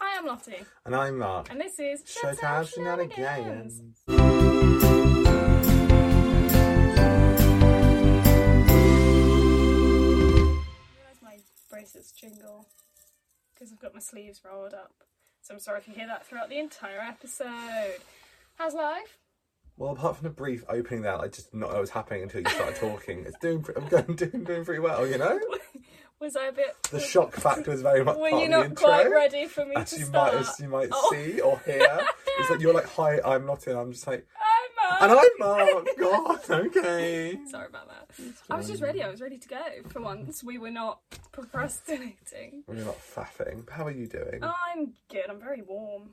I'm Lottie, And I'm uh, Mark. and this is Shut Up Shenanigans. Where's my bracelets jingle? Because I've got my sleeves rolled up. So I'm sorry if you hear that throughout the entire episode. How's life? Well, apart from the brief opening there, I just did not know what was happening until you started talking. It's doing. pre- I'm going doing doing pretty well, you know. Was I a bit? The shock factor was very much Were part you of the not intro. quite ready for me As to you start? might, as you might Oh. see or hear, it's like you're like, "Hi, I'm Lottie," and I'm just like, I'm up. "And I'm Mark." God, okay. Sorry about that. I was just fine. ready. I was ready to go. For once, we were not procrastinating. Well, you're not faffing. How are you doing? I'm good. I'm very warm.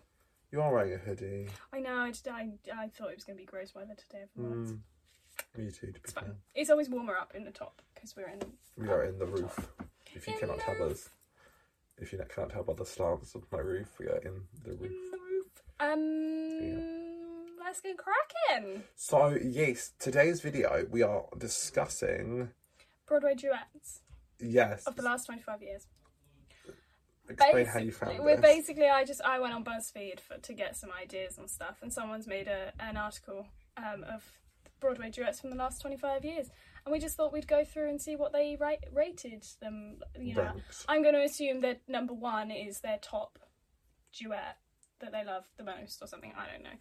You are wearing a hoodie. I know. I, just- I, I thought it was going to be gross weather today. if I'm honest. Mm. Me too. To be It's fair, fine. It's always warmer up in the top because we're in. we are in the roof. If you In cannot the tell us, if you cannot tell by the slants of my roof, we are in the roof. In the roof. Um, let's get cracking. So yes, today's video we are discussing Broadway duets yes. of the last twenty-five years. Explain how you found We're this. basically. I just I went on BuzzFeed for to get some ideas and stuff, and someone's made a, an article um, of Broadway duets from the last twenty-five years, and we just thought we'd go through and see what they ra- rated them. You know, Ranks. I'm going to assume that number one is their top duet that they love the most, or something. I don't know.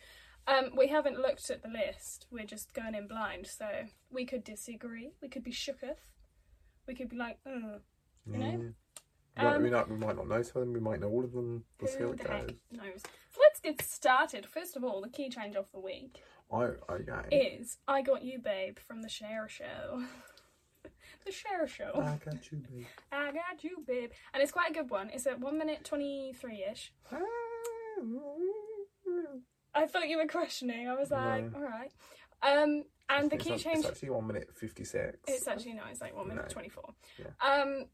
Um, we haven't looked at the list. We're just going in blind, so we could disagree. We could be shooketh. We could be like, mm, you know. Mm. We might- Um, we, might, we might not know some of them. We might know all of them. We'll see how Who it the heck goes. knows? So let's get started. First of all, the key change of the week Oh, okay. is I Got You Babe from the Cher Show. the Cher Show. I got you, babe. I Got You Babe. And it's quite a good one. It's at 1 minute 23 ish. I thought you were questioning. I was like, No. alright. Um, and the It's key not- change. It's actually one minute fifty-six. It's actually no, it's like one minute No. twenty-four. Yeah. Um,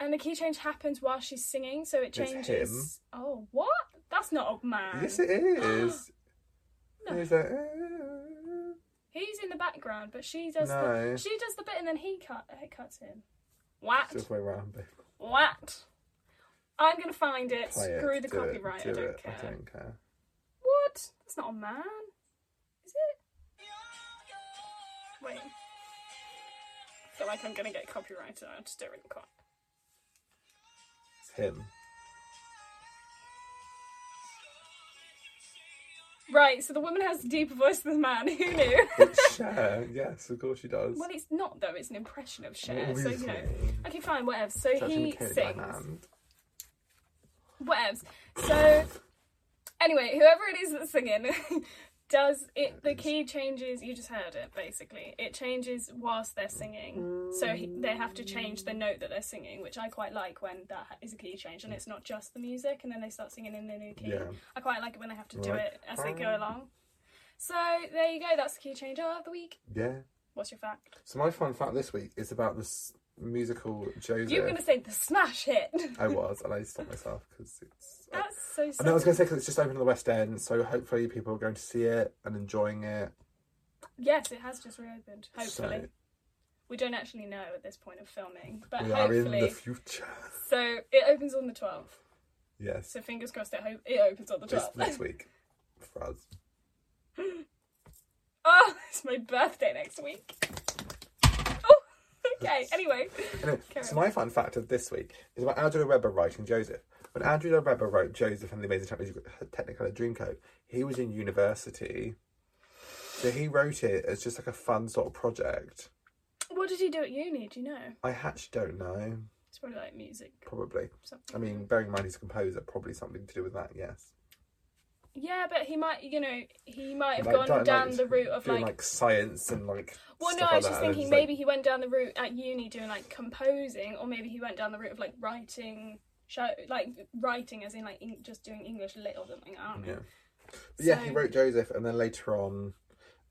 and the key change happens while she's singing, so it It's him. changes. Oh, what? That's not a man. yes, it is. No. He's like, He's in the background, but she does. No. The, she does the bit, and then he cut he cuts in. What? just way round, babe. What? I'm gonna find it. Play it, Screw the do it, copyright. do I don't it, care. I don't care. What? That's not a man, is it? Wait. I feel like I'm gonna get copyrighted. I'll just do it really quick. It's him. Right, so the woman has a deeper voice than the man. Who knew? It's Cher. Yes, of course she does. well, it's not though. It's an impression of Cher. So you know. Obviously. Okay, fine, whatever. So It's actually he Michaela sings. Diamond. Whatevs. So, anyway, whoever it is that's singing does it. The key changes. You just heard it. Basically, it changes whilst they're singing. So he, they have to change the note that they're singing, which I quite like when that is a key change, and it's not just the music, and then they start singing in the new key. Yeah. I quite like it when they have to do Right. it as they go along. So there you go. That's the key change of the week. Yeah. What's your fact? So my fun fact this week is about this musical Joseph. You were going to say the smash hit. I was, and I stopped myself because it's. I- That's so. and I silly. was going to say because it's just open in the West End, so hopefully people are going to see it and enjoying it. Yes, it has just reopened. Hopefully. So- We don't actually know at this point of filming, but we are in hopefully. the future. so it opens on the 12th. Yes, So fingers crossed it, ho- it opens on the it's 12th. next week for us. oh, it's my birthday next week. Oh, okay. Anyway. Anyway, Carry so on. my fun fact of this week is about Andrew Webber writing Joseph. When Andrew Webber wrote Joseph and the Amazing Technic- Technicolor Dreamcoat, he was in university, so he wrote it as just like a fun sort of project. What did he do at uni? Do you know? I actually don't know, It's probably like music. probably. Something. I mean, bearing in mind he's a composer, probably something to do with that. Yes. yeah, but he might, you know, he might have Like, gone don't- down like, the route of doing, like. like, science and like. well, no, stuff I was like just that, and thinking like, maybe he went down the route at uni doing like composing, or maybe he went down the route of like writing, show like writing as in like en- just doing English lit or something. I don't know. Yeah. But yeah, he So- wrote Joseph, and then later on,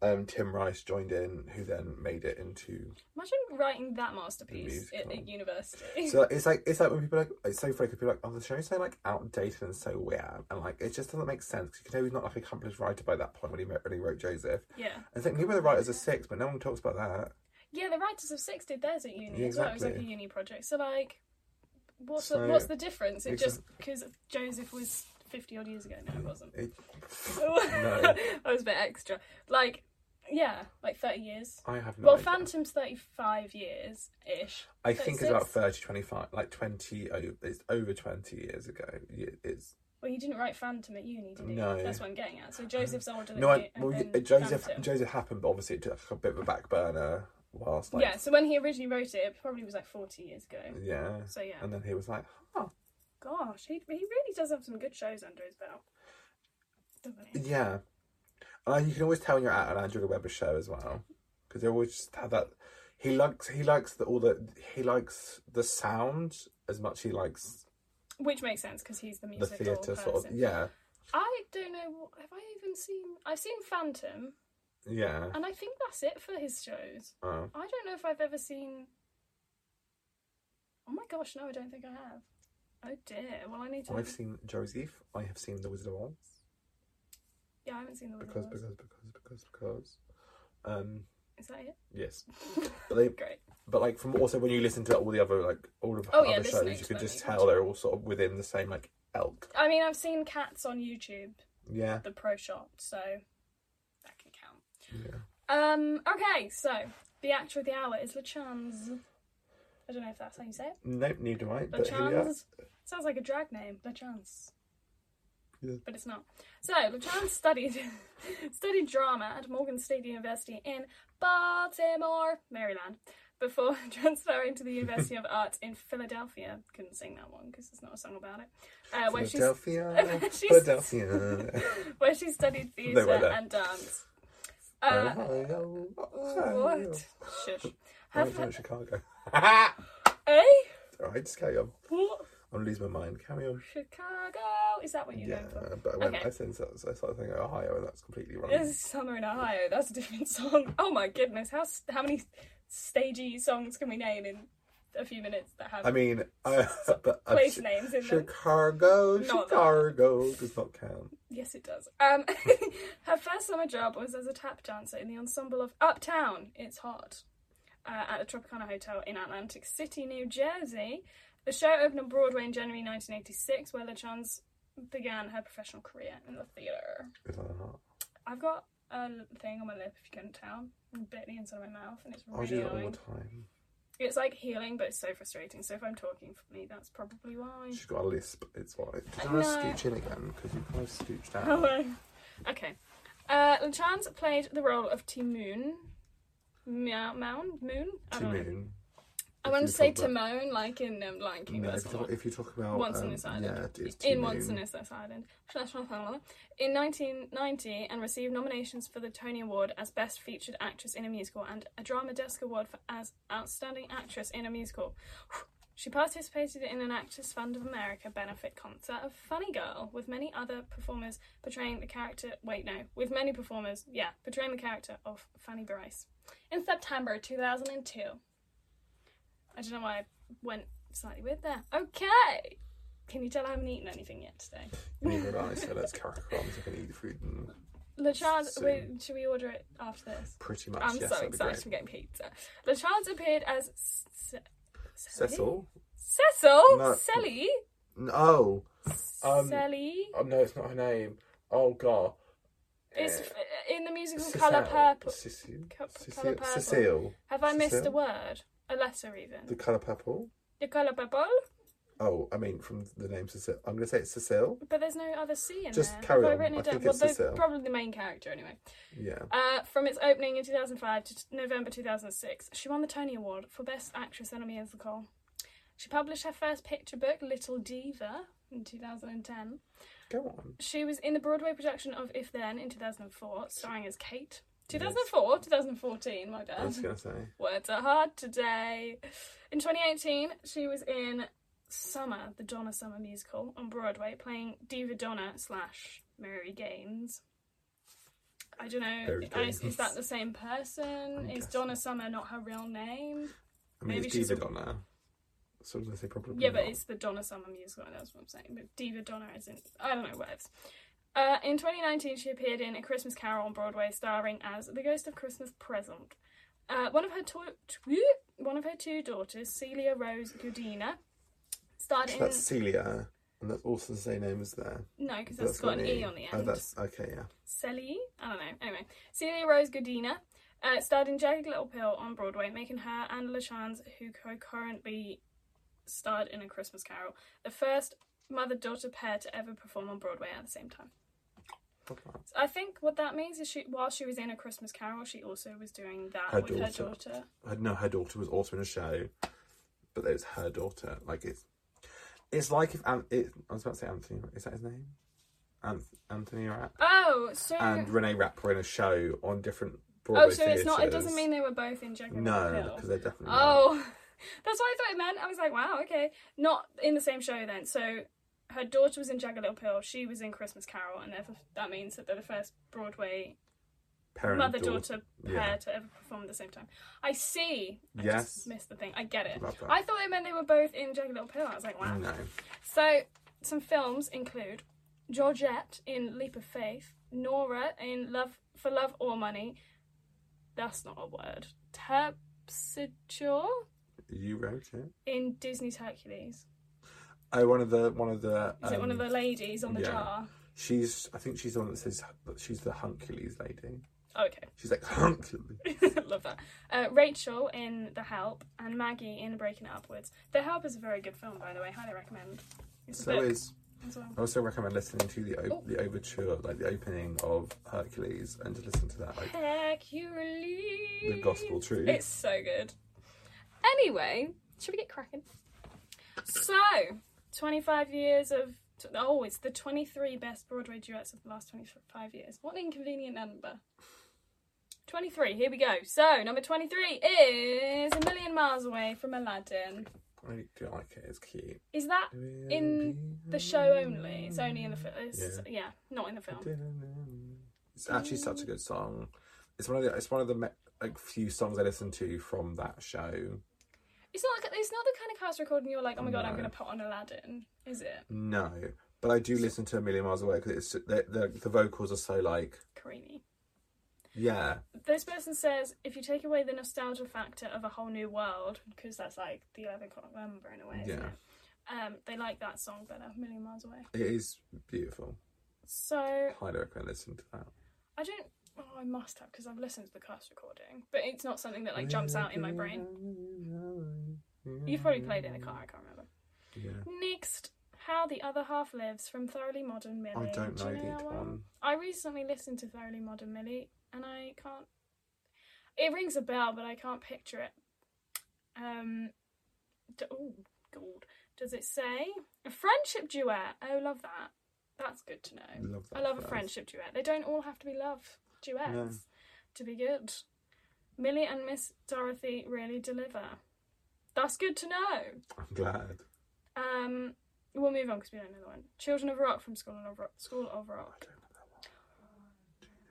um, Tim Rice joined in, who then made it into. Imagine writing that masterpiece at, musical. at university. So it's like it's like when people are like it's so funny 'cause people are like oh the show's so like outdated and so weird and like it just doesn't make sense 'cause you know he's not like a accomplished writer by that point when he wrote, when he wrote Joseph. yeah, And think were the writers are six, but no one talks about that. yeah. The writers of Six did theirs at uni Yeah, as well. It was like a exactly. uni project. So like, What's So- the, what's the difference? It Exa- just because Joseph was fifty odd years ago. No, Mm. it wasn't. It- I was a bit extra. Like, yeah, like thirty years. I have no Well, idea. Phantom's thirty-five years ish. I think it's 36. about 30, 25, like 20, o- it's over 20 years ago. Ye- It's, Well, you didn't write Phantom at uni, did you? No. That's what I'm getting at. So Joseph's older than no, I, you. well, than y- Joseph Phantom. Joseph happened, but obviously it took a bit of a back burner whilst, like, yeah. So when he originally wrote it, it probably was like forty years ago. yeah. So yeah. And then he was like, Gosh, he, he really does have some good shows under his belt. Doesn't he? Yeah. Uh, you can always tell when you're at an Andrew Webber show as well, because they always just have that. He likes he likes the all the he likes the sound as much as he likes Which makes sense because he's the the musical theatre person. sort of yeah I don't know. what- Have I even seen? I've seen Phantom, yeah and I think that's it for his shows. uh, I don't know if I've ever seen. Oh my gosh, no, I don't think I have. Oh dear. Well, I need to. I've seen Joseph I have seen The Wizard of Oh Oz Yeah, I haven't seen the Wizard because of Oz. because because because because um Is that it? yes but they Great. but like from also when you listen to all the other like all of her Oh, other yeah, listening shows to you can them, just you can tell they're all sort of within the same like elk I mean, I've seen Cats on YouTube, yeah the pro shop, so that can count. yeah Um. Okay, so the actor of the hour is Lachance. I don't know if that's how you say it. nope neither do I but here we are Lachance sounds like a drag name. Lachance. Yeah. But it's not. So Lachance studied studied drama at Morgan State University in Baltimore, Maryland, before transferring to the University of Arts in Philadelphia. Couldn't sing that one because it's not a song about it. Uh, where she's Philadelphia. when she's- Philadelphia. where she studied They were theatre there. and dance. Uh, Ohio, Ohio. what? Shush. I Have went from her, Chicago. eh? Alright, just carry on. What? I'm losing my mind. Carry on. Chicago? Is that what you're Yeah, going for? but I went, Okay. I think so, so I started thinking Ohio, and that's completely wrong. This is Summer in Ohio. That's a different song. Oh my goodness, how s- how many stagey songs can we name in a few minutes that have I mean, I, but uh, place Chi- names in them? Chicago, Not that. Chicago does not count. Yes, it does. Um, her first summer job was as a tap dancer in the ensemble of Uptown. It's hot. Uh, at the Tropicana Hotel in Atlantic City, New Jersey. The show opened on Broadway in January 1986, where LeChance began her professional career in the theatre. Is that not? I've got a l- thing on my lip, if you couldn't tell. I bit the inside of my mouth, and it's I Oh really do that all annoying. the time. It's like healing, but it's so frustrating. So if I'm talking for me, that's probably why. She's got a lisp. It's why. Did I you want to know. scooch in again? Because you kind of scooched out. Hello. Oh, Okay. Uh, Lachance played the role of Timoon. Meow, Mound? Moon? I don't know. Timoon. I If want you to say talk about- Timon, like in um, Lion King. No, but if that's you not talk- if you talk about Once on um, this island. yeah, it's in Timoon. Once on This Island. In 1990, and received nominations for the Tony Award as Best Featured Actress in a Musical and a Drama Desk Award for as Outstanding Actress in a Musical. She participated in an Actors Fund of America benefit concert of Funny Girl with many other performers portraying the character. Wait, no, with many performers, yeah, portraying the character of Fanny Bryce in September 2002. I don't know why I went slightly weird there. Okay. Can you tell I haven't eaten anything yet today? Neither have I, so let's carry on. so I can eat the food and Lachance, Soon. should we order it after this? pretty much. I'm yes, so that'd be excited for great. getting pizza. Lachance appeared as S- S- Sally? Cecil? Cecil? No. Sally? No. Um, Sally? Oh, no, it's not her name. Oh, God. It's Eh, f- in the musical Cecile. Colour Purple. Cecil. Co- Cecil. Colour Purple. Cecile. Have I missed a Cecile? word? A letter, even. The The, colour purple. Colour Purple? Oh, I mean, from the name Cecile. I'm going to say it's Cecile. But there's no other C in Just there. carry Have I on. written I it down? think Well, it's they're Cecile. probably the main character, anyway. Yeah. Uh, from its opening in 2005 to t- November 2006, she won the Tony Award for Best Actress in a Musical. She published her first picture book, Little Diva, in 2010. Go on. She was in the Broadway production of If Then in 2004, starring as Kate. 2004, 2014, my I was bad. going to say. Words are hard today. In 2018, she was in Summer, the Donna Summer musical on Broadway, playing Diva Donna slash Mary Gaines. I don't know. Mary I- Is, Gaines. that the same person? I'm is guessing. Donna Summer not her real name? I mean, Maybe it's she's Diva Donna. So I was going to say probably. Yeah, but not. it's the Donna Summer musical. That's what I'm saying. But Diva Donna isn't. I don't know whatevs. Uh, in 2019, she appeared in A Christmas Carol on Broadway, starring as the Ghost of Christmas Present. Uh, one of her to- t- one of her two daughters, Celia Rose Godina, starting. That's Celia, and that's also the same name as there. no, because But that's got an not E on the end. Oh, that's okay. Yeah. Celie? I don't know. Anyway, Celia Rose Godina uh, starred in Jagged Little Pill on Broadway, making her and LaChance, who concurrently starred in A Christmas Carol, the first mother daughter pair to ever perform on Broadway at the same time. So I think what that means is she, while she was in A Christmas Carol, she also was doing that Her with her daughter. daughter. Her- No, her daughter was also in a show, but it was her daughter. Like it's, it's like if An- it, I was about to say Anthony. Is that his name? Anth- Anthony Rapp Oh, so. and Renee Rapp were in a show on different Broadway oh, so it's not. It theatres. doesn't mean they were both in Jagged Little no, Pill. because they're definitely not. Oh, that's what I thought it meant. I was like, wow, okay. Not in the same show then. So her daughter was in Jagged Little Pill, she was in Christmas Carol, and therefore that means that they're the first Broadway parent and mother daughter pair yeah. to ever perform at the same time. I see. I Yes. just missed the thing. I get it. Love that. Mm. I thought it meant they were both in Jagged Little Pill. I was like, wow. No, So some films include Georgette in Leap of Faith, Nora in Love for Love or Money. That's not a word. Terpsichore you wrote it. in Disney's Hercules. Oh, one of the one of the. Is it one of the ladies on the Um, yeah. jar? She's. I think she's the one that says she's the Huncules lady. Oh, Okay, She's like Huncules. love that. Uh, Rachel in The Help and Maggie in Breaking It Upwards. The Help is a very good film, by the way. Highly recommend. It's a So book is. as well. I also recommend listening to the Oh. op- the overture, like the opening of Hercules, and to listen to that, like Hercules. the gospel truth. It's so good. Anyway, should we get cracking? So, 25 years of. Oh, it's the 23 best Broadway duets of the last 25 years. What an inconvenient number. 23, here we go. So, number 23 is A Million Miles Away from Aladdin. I do like it. It's cute. Is that in the show only? It's only in the film. Yeah. not in the film. It's actually such a good song. It's one of the. It's one of the me- like few songs I listen to from that show. It's not, like, it's not the kind of cast recording you're like, oh my god, I'm No. going to put on Aladdin, is it? No, but I do listen to a million miles away because it's the, the the vocals are so like Creamy. yeah. This person says, if you take away the nostalgia factor of a whole new world, because that's like the 11 o'clock number in a way, isn't Yeah. it? Um, they like that song better, A Million Miles Away. It is beautiful. So I Highly recommend listening to that. don't, oh, I must have because I've listened to the cast recording, but it's not something that like jumps out in my brain. You've probably played it in the car, I can't remember. Yeah. Next, How the Other Half Lives from Thoroughly Modern Millie. I don't Do know you that that one. I recently listened to Thoroughly Modern Millie and I can't. It rings a bell, but I can't picture it. Um, d- oh, God. Does it say? A friendship duet. Oh, love that. That's good to know. Love that I love a phrase. friendship duet. They don't all have to be love duets to be good. Millie and Miss Dorothy really deliver. That's good to know. I'm glad. Um, we'll move on because we don't know the one. Children of Rock from School of Rock. School of Rock.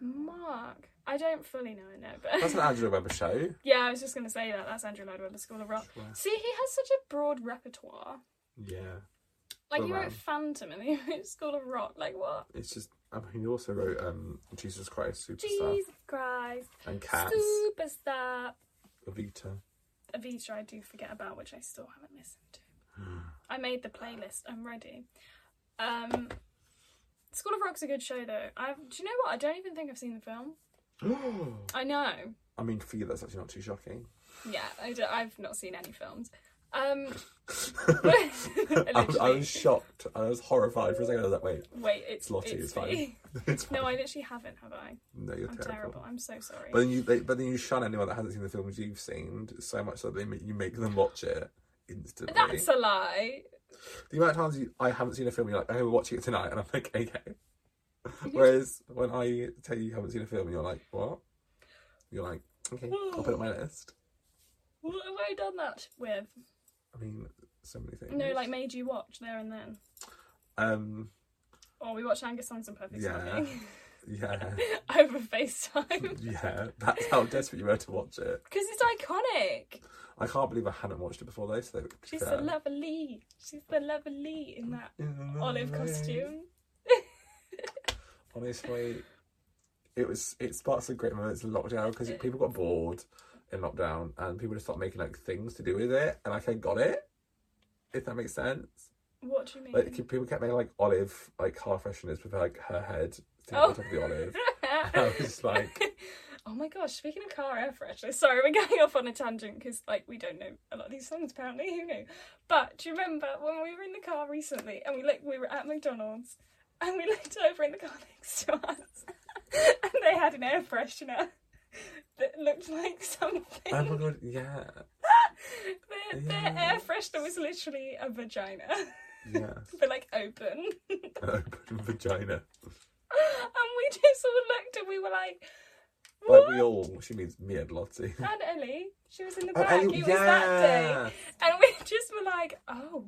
Mark, I don't fully know it now, but That's an Angela Weber show. yeah, I was just gonna say that. That's Andrew Lloyd Webber, School of Rock. Sure. See, he has such a broad repertoire. Yeah. Like Oh, he wow. wrote Phantom and he wrote School of Rock. Like what? It's just, I mean, he also wrote um, Jesus Christ Superstar Jesus Christ, and Cats, superstar. Evita. Avita, I do forget about, which I still haven't listened to. Hmm. I made the playlist. I'm ready. Um, School of Rock's a good show though. I've, do you know what? I don't even think I've seen the film. I know. I mean, for you, that's actually not too shocking. Yeah, I do, I've not seen any films. Um, I, was, I Literally. was shocked. I was horrified for a second. I was like, wait, Wait, it's Lottie, it's fine. me. it's No, fine. I literally haven't, have I? no, you're I'm terrible. terrible. I'm so sorry. But then you, they, but then you shun anyone that hasn't seen the films you've seen so much that they ma- you make them watch it instantly. That's a lie. the amount of times you, I haven't seen a film, you're like, "Okay, we're watching it tonight," and I'm like, "Okay." Whereas when I tell you you haven't seen a film, you're like, "What?" You're like, "Okay, I'll put it on my list." What have I done that with? I mean, so many things. No, like made you watch there and then. um, Oh, we watched Angus Songs on Perfect Yeah. Smoking yeah, over FaceTime yeah. That's how desperate you were to watch it. because it's iconic. I can't believe I hadn't watched it before though. So She's the lovely. She's the lovely in that olive costume. honestly, it was it sparked some great moments in lockdown because people got bored in lockdown and people just started making like things to do with it, and like I got it. if that makes sense. What do you mean? Like people kept making like olive like car fresheners with like her head sticking Oh. on top of the olive. And I was just like, oh my gosh, speaking of car air fresheners, sorry, we're going off on a tangent because, like, we don't know a lot of these songs apparently. Who knew? But do you remember when we were in the car recently and we looked, we were at McDonald's and we looked over in the car next to us and they had an air freshener that looked like something. oh my god, yeah, their, their Yeah. air freshener was literally a vagina, yeah, but like open. an open vagina. and we just all looked and we were like, Like what? we all, she means me and Lottie. and Ellie, she was in the Oh, back. Ellie- it was that day. And we just were like, oh,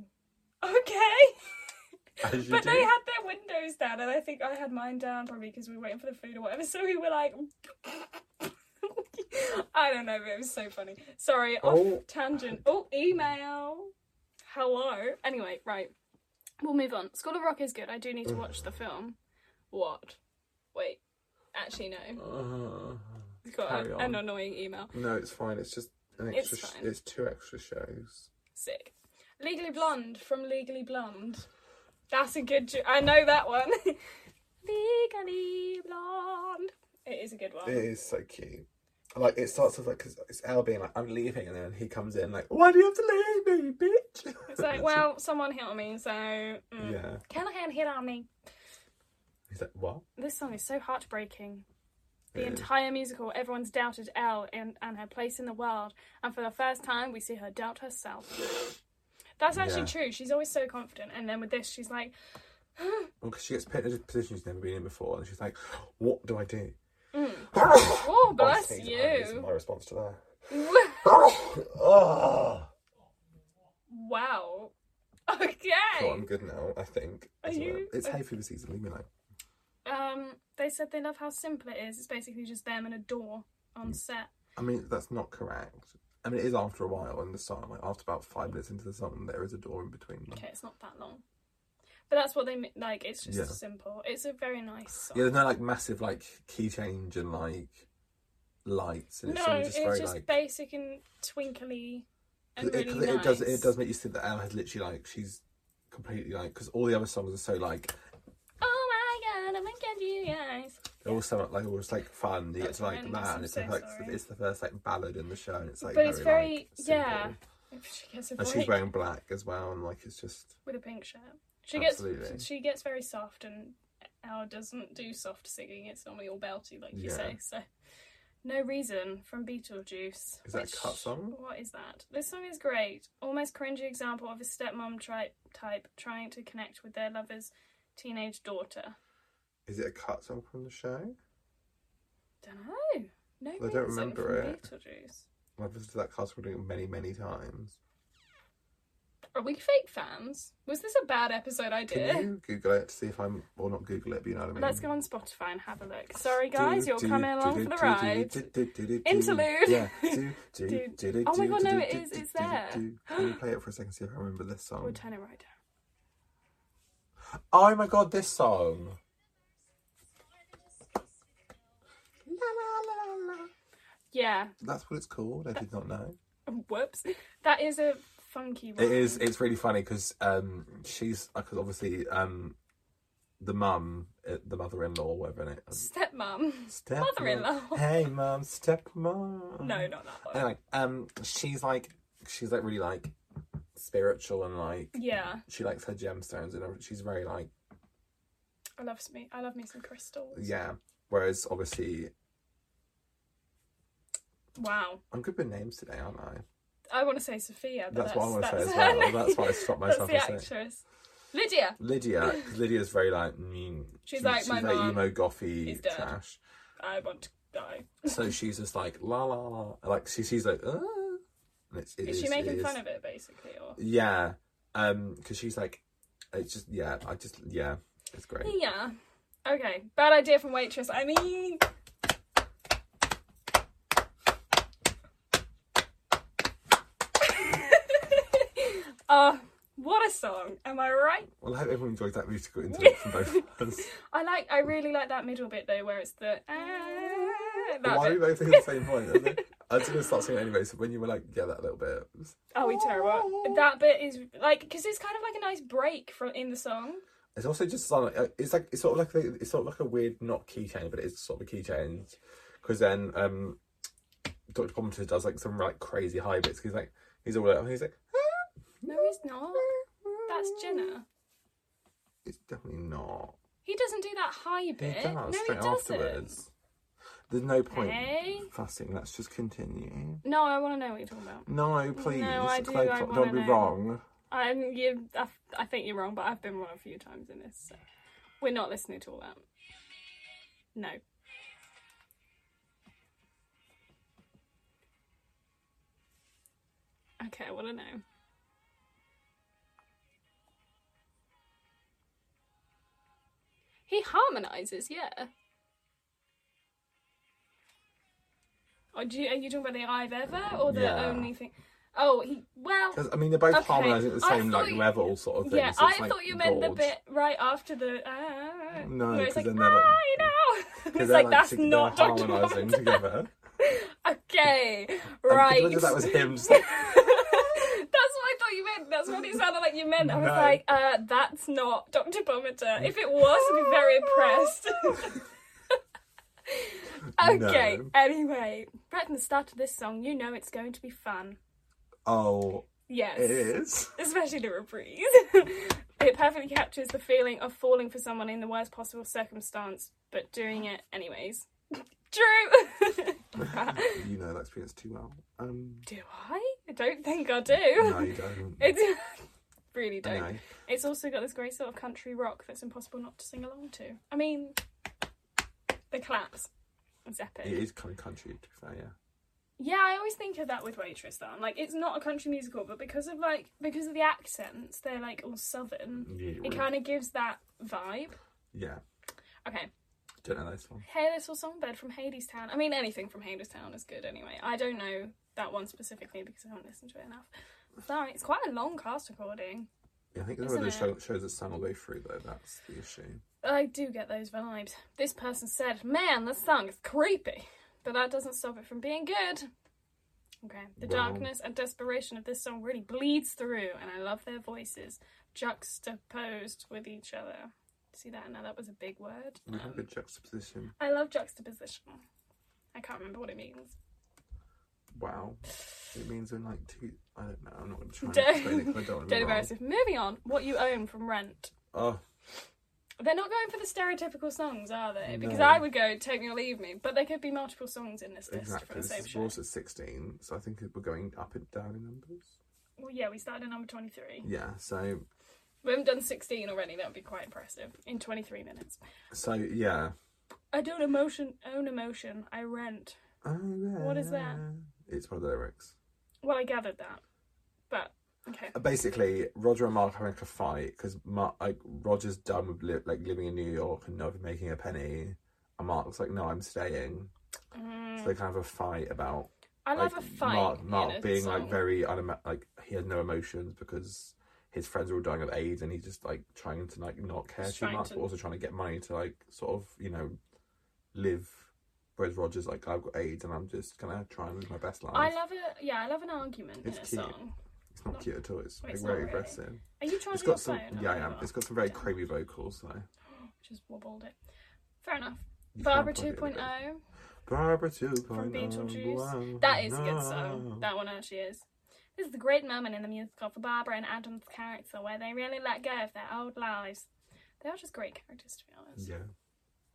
okay. As you but do. they had their windows down, and I think I had mine down probably because we were waiting for the food or whatever. So we were like, I don't know, but it was so funny. Sorry, off Oh. tangent. Oh, email. Hello. Anyway, right. We'll move on. School of Rock is good. I do need to watch the film. What? Wait. Actually, no. Uh, We've got Carry a, on. an annoying email. no, it's fine. It's just an It's extra. fine. It's, it's two extra shows. Sick. Legally Blonde from Legally Blonde. That's a good. Ju- I know that one. Legally Blonde. It is a good one. It is so cute. Like it starts off like because it's Al being like I'm leaving, and then he comes in like, why do you have to leave me, bitch? It's like, well, someone hit on me, so mm. yeah. Callahan hit on me. He's like, what? This song is so heartbreaking. The Yeah. entire musical, everyone's doubted Elle and, and her place in the world, and for the first time, we see her doubt herself. That's actually Yeah. true. She's always so confident, and then with this, she's like, Well, because she gets put in a position she's never been in before, and she's like, "What do I do?" "Oh, bless Obviously, It's you!" my response to that. wow. So Okay. I'm good now, I think. as Are well. you- It's hay fever season. Leave me alone. Um, they said they love how simple it is. It's basically just them and a door Hmm. on set. I mean, that's not correct. I mean, it is after a while in the song. Like after about five minutes into the song, there is a door in between them. Okay, it's not that long, but that's what they mi- like. It's just Yeah. simple. It's a very nice song. Yeah, there's no like massive like key change and like lights, and it's no, all it's just very just like. basic and twinkly and 'cause it, really 'cause it nice. does it does make you think that Elle has literally like she's completely like because all the other songs are so like Oh my god, I'm gonna get you guys. they're all so like all just like fun. You That's get to like horrendous, that, I'm and it's so like sorry. it's the first like ballad in the show, and it's like But very, it's like, very- yeah. simple. She gets a And she's break wearing black as well, and like it's just with a pink shirt. She gets Absolutely. she gets very soft, and Elle doesn't do soft singing. It's normally all belty, like you Yeah. say. So, no reason from Beetlejuice. Is that a cut song? What is that? This song is great. Almost cringy example of a stepmom tri- type trying to connect with their lover's teenage daughter. is it a cut song from the show? Don't know. No I don't reason remember from it. Beetlejuice. I've listened to that cut song many many times. Are we fake fans? Was this a bad episode idea? Can you Google it to see if I'm or not Google it, but you know what I mean? Let's go on Spotify and have a look. Sorry, guys, you're coming along for the ride. Interlude. Interlude. Yeah. Do, do, Dude. do, do, Oh my do, God, no, do, it do, is, do, it's do, do, there. do. Can you play it for a second, see if I remember this We'll song? turn it right down. Oh my god, this song. Yeah. That's what it's called. I did not know. Whoops. That is a funky one. It is. It's really funny because um, she's because obviously um, the mum, uh, the mother-in-law, whatever in it. Stepmom. Step Mother-in-law. Hey, mum. Step mum. No, not that one. Anyway, um, she's like, she's like really like spiritual and like Yeah. she likes her gemstones and everything. she's very like I love me. I love me some crystals. yeah. Whereas obviously Wow. I'm good with names today, aren't I? I want to say Sophia. But That's what I wanna say that's as her well. name. That's why I stopped myself That's the from actress. Lydia. Lydia, 'cause Lydia's very like mean. She's like, she's "My very mum emo is gothy dead." trash. I want to die. So she's just like la la la, like she, she's like, uh, and it's, it Is she is- making it fun of it basically, or? Yeah, um, because she's like, it's just yeah, I just yeah, it's great. Yeah. Okay. Bad idea from waitress. I mean. uh, what a song. Am I right? Well, I hope everyone enjoyed that musical interlude from both of us. I like. I really like that middle bit though, where it's the. ah, that Why are we bit. both in the same point? isn't it? I was gonna start singing it anyway. So when you were like, yeah, that little bit. it was- Oh, we terrible. That bit is like because it's kind of like a nice break from in the song. It's also just like uh, it's like it's sort of like the, it's sort of like a weird not key change, but it's sort of a key change because then um, Doctor Pompter does like some like crazy high bits. He's like he's all like he's like No, he's not. That's Jenna. it's definitely not. He doesn't do that high He bit. does Eh? no, he straight doesn't. afterwards. There's no point Hey? fussing. Let's just continue. No, I want to know what you're talking about. No, please. No, I 'cause do, I don't wanna be know. wrong. I'm you. I, I think you're wrong, but I've been wrong a few times in this. So we're not listening to all that. No. Okay, I want to know. He harmonizes, yeah. Oh, do you, are you talking about the I've ever or the Yeah. only thing? Oh, he well. 'Cause, I mean, they're both Okay, harmonising at the I same like thought you- level, sort of thing. Yeah, so it's, I like, thought you meant the gorge. bit right after the. Ah, No, where 'cause it's like, then they're like- ah, you know. 'Cause It's they're, like, that's sig- they're not Dr. harmonising Mumford. together. Okay, And right. Whether that was him. Just that's like, what I thought you meant. That's what it sounded like you meant. I was No. like, uh, that's not Dr. Bometer. If it was, I'd be very impressed. okay, No. anyway, right from the start of this song, you know it's going to be fun. oh, Yes. it is. especially the reprise. it perfectly captures the feeling of falling for someone in the worst possible circumstance, but doing it anyways. Drew! You know that experience too well. Um, do I? I don't think I do. no, you don't. It's really don't. Anyway, It's also got this great sort of country rock that's impossible not to sing along to. I mean, the claps. It's epic. it is kind of country, to be fair, yeah. Yeah, I always think of that with Waitress though. I'm like, it's not a country musical, but because of like because of the accents, they're like all southern. Yeah, It really. kind of gives that vibe. Yeah, Okay, don't know this one. Hey Little Songbird from Hades Town. I mean, anything from Hades Town is good anyway. I don't know that one specifically because I haven't listened to it enough. Sorry, it's quite a long cast recording. Yeah, I think there Isn't are those show, it? shows that sung all the way through, though. That's the issue. I do get those vibes. This person said, "Man, this song is creepy," but that doesn't stop it from being good. Okay, the Well- darkness and desperation of this song really bleeds through, and I love their voices juxtaposed with each other. See that? Now that was a big word. We have a Um, good juxtaposition. I love juxtaposition. I can't remember what it means. Wow. It means in like two. I don't know. I'm not going to try and Don't- explain it 'cause I don't want to Don't be wrong. embarrass yourself. Moving on, what you own from Rent. Oh, They're not going for the stereotypical songs, are they? Because No. I would go Take Me or Leave Me, but there could be multiple songs in this list exactly. from the This same is, show. we're also 16, so I think we're going up and down in numbers. Well, yeah, we started at number 23. Yeah, so We haven't done 16 already, that would be quite impressive in 23 minutes. so yeah. I don't emotion, own emotion, I rent. What is that? It's one of the lyrics. Well, I gathered that. But, okay. Basically, Roger and Mark having like a fight because like Roger's done with li- like living in New York and not making a penny, and Mark's like, "No, I'm staying." So they kind of have a fight about Mm. I like love a fight. Mark, in Mark a being song. like very unema- like he had no emotions because his friends were all dying of AIDS, and he's just like trying to like not care Just too trying much, to- but also trying to get money to like sort of you know live. Whereas Roger's like, "I've got AIDS, and I'm just gonna try and live my best life." I love a yeah, I love an argument It's in a cute. song. It's not cute at all. It's, It's like, very not really. aggressive. Are you trying It's to your got some. phone? Yeah, I Oh, am. you It's are. got some very Damn. creamy vocals. though. Just wobbled it. Fair enough. You Barbara can't plug it in. 2.0. Barbara two point oh Beetlejuice. That is a good song. That one actually is. This is the great moment in the musical for Barbara and Adam's character where they really let go of their old lives. They are just great characters, to be honest. Yeah,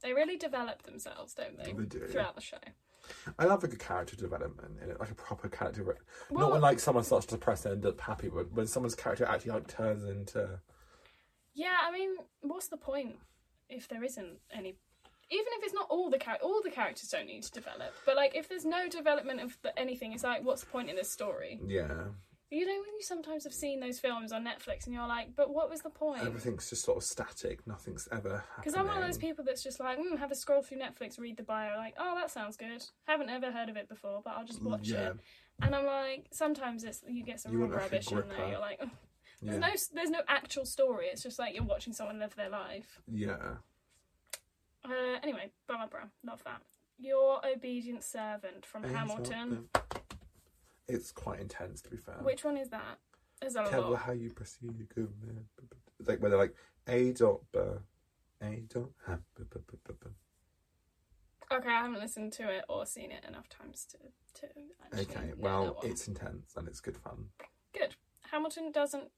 They really develop themselves, don't they? They do. Throughout the show. I love a good character development in it, like a proper character. Re- Well- Not when like someone starts to depress and end up happy, but when someone's character actually like turns into Yeah, I mean, what's the point if there isn't any? Even if it's not all the characters, all the characters don't need to develop. But like, if there's no development of the- anything, it's like, what's the point in this story? yeah, You know, when you sometimes have seen those films on Netflix and you're like, but what was the point? everything's just sort of static. Nothing's ever happening. Because I'm one of those people that's just like, mm, have a scroll through Netflix, read the bio, like, oh, that sounds good. Haven't ever heard of it before, but I'll just watch Mm, Yeah. it. And I'm like, sometimes it's you get some You real want like a rubbish in there. gripper. You're like, "Ugh." Yeah, there's no, there's no actual story. It's just like you're watching someone live their life. yeah. Uh, anyway, Barbara, love that. Your obedient servant from Hamilton. It's It's quite intense, to be fair. Which one is that? There's a Tell lot. how you proceed. you go, uh, b- b- b- Like where they're like a dot b, a dot ha, b- b- b- b- b. Okay, I haven't listened to it or seen it enough times to to. Actually Okay, know that well one. it's intense and it's good fun. good. Hamilton doesn't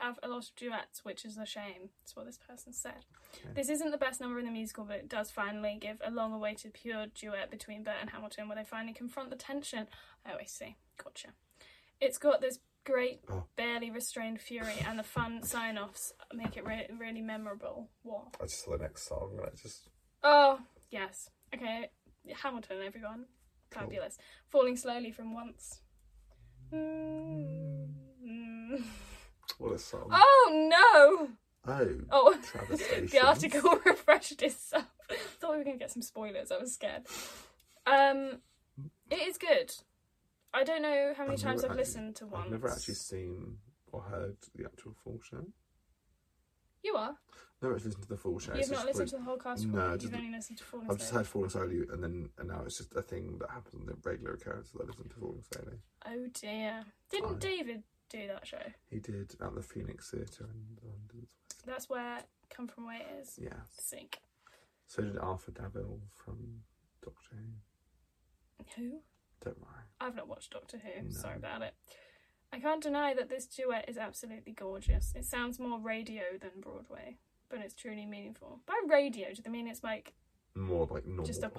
have a lot of duets, which is a shame. That's what this person said. Okay. This isn't the best number in the musical, but it does finally give a long awaited pure duet between Bert and Hamilton where they finally confront the tension. Oh, I see. Gotcha. It's got this great, Oh. barely restrained fury, and the fun sign offs make it re- really memorable. What? I just saw the next song and I just Oh, yes. Okay, Hamilton, everyone. Fabulous. Falling slowly from once. Mm. what a song. Oh no! Oh, Oh, Travestation. the article refreshed itself. Thought we were gonna get some spoilers. I was scared. Um, it is good. I don't know how many I've times never I've actually- listened to one. I've never actually seen or heard the actual full show. You are. Never actually listened to the full show. You've so not it's listened to the whole cast. No, No, I you've didn't. only listened to Falling probably- I've just Slowly. heard Falling Slowly, and then and now it's just a thing that happens on the regular occurrence that I listen to Falling Slowly. Oh dear! Didn't Fine. David do that show? He did at the Phoenix Theatre in London. That's where Come From Away is. Yeah. Sink. So did Arthur Daville from Doctor Who. Who? Don't worry. I've not watched Doctor Who. No. Sorry about it. I can't deny that this duet is absolutely gorgeous. It sounds more radio than Broadway, but it's truly meaningful. By radio, do they mean it's like, More like normal. Just a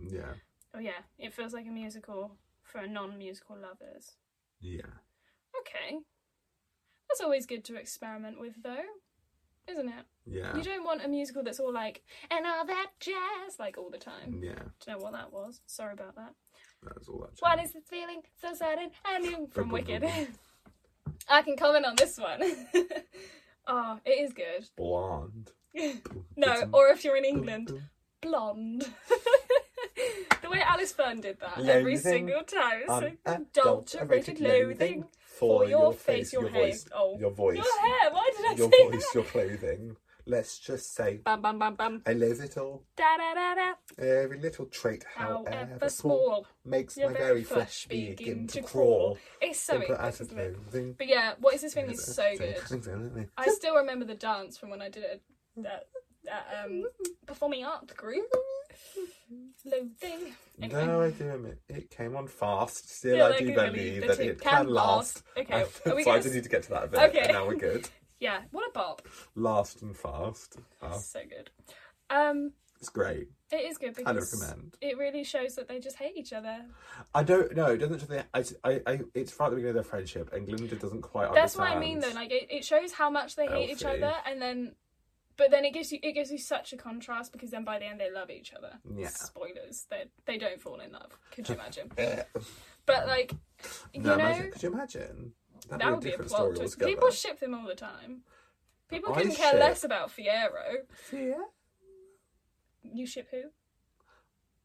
Yeah. oh yeah, it feels like a musical for non musical lovers? Yeah. Okay. That's always good to experiment with, though, isn't it? Yeah. You don't want a musical that's all like, and all that jazz, like all the time. Yeah. Do you know what that was? Sorry about that. That was all that. What channel. is this feeling so sudden and new from Boom, boom, Wicked? boom, I can comment on this one. oh, it is good. blonde? no, or if you're in England, blonde. the way Alice Fern did that every Loathing single time. It's Um, so Unadulterated adulterated loathing. for your face, your hair. voice, Oh, your voice, Your hair, why did I your say voice, that? your clothing. Let's just say Bam, bam, bam, bam. I live it all. Da da da da. Every little trait, However small, makes your my very flesh begin to crawl. It's so Simple easy, as isn't it it? is. Zing, But yeah, what is this thing zing, is so zing, good. zing, zing, zing. I still remember the dance from when I did it at, at, at um, performing art group. Loathing. Anyway. No, I do admit it came on fast. Still, Still, I do believe that it can last. Okay, are we so I gonna... just need to get to that bit. Okay. And now we're good. yeah, what a bop. Last and fast. Oh, So good. Um, it's great. it is good I because recommend. it really shows that they just hate each other. I don't know. It doesn't. show the- I, I, I, it's right at the beginning of their friendship, and Glinda doesn't quite. That's what I mean understand. though. Like it, it shows how much they hate each Healthy. other, and then, but then it gives you it gives you such a contrast because then by the end they love each other. Yeah. Spoilers. They they don't fall in love. Could you imagine? but like, you Eh, no, know, imagine, could you imagine? That would be a different plot story twist. altogether. People ship them all the time. People I couldn't care ship- less about Fiero. yeah. You ship who?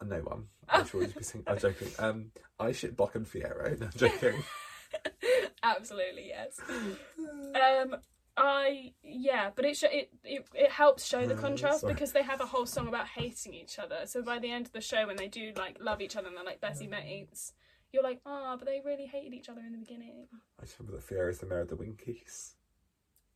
Uh, No one. I'm sure you'd be sing- I'm joking. Um, I shit Bach and Fiero. No, I'm joking. Absolutely yes. Um, I yeah, but it sh- it, it it helps show the Uh, contrast sorry. because they have a whole song about hating each other. So by the end of the show, when they do like love each other and they're like Bessie mates, you're like ah, but they really hated each other in the beginning. I just remember that Fiero's the mayor of the Winkies.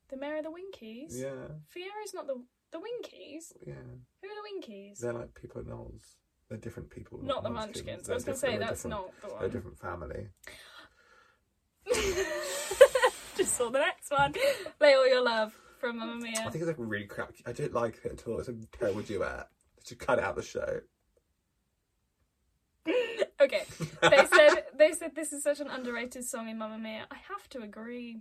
The Mayor of the Winkies. Yeah, Fiero's not the the Winkies. yeah. Who are the Winkies? They're like people at Knowles. They're different people. not the Munchkins. I They're was gonna different- say they're that's different- not the They're a one. different family. Just saw the next one. Lay all your love from Mamma I Mia. think it's like really crap. I don't like it at all. It's a terrible duet. They should cut it out of the show. Okay, they said they said this is such an underrated song in Mamma Mia. I have to agree.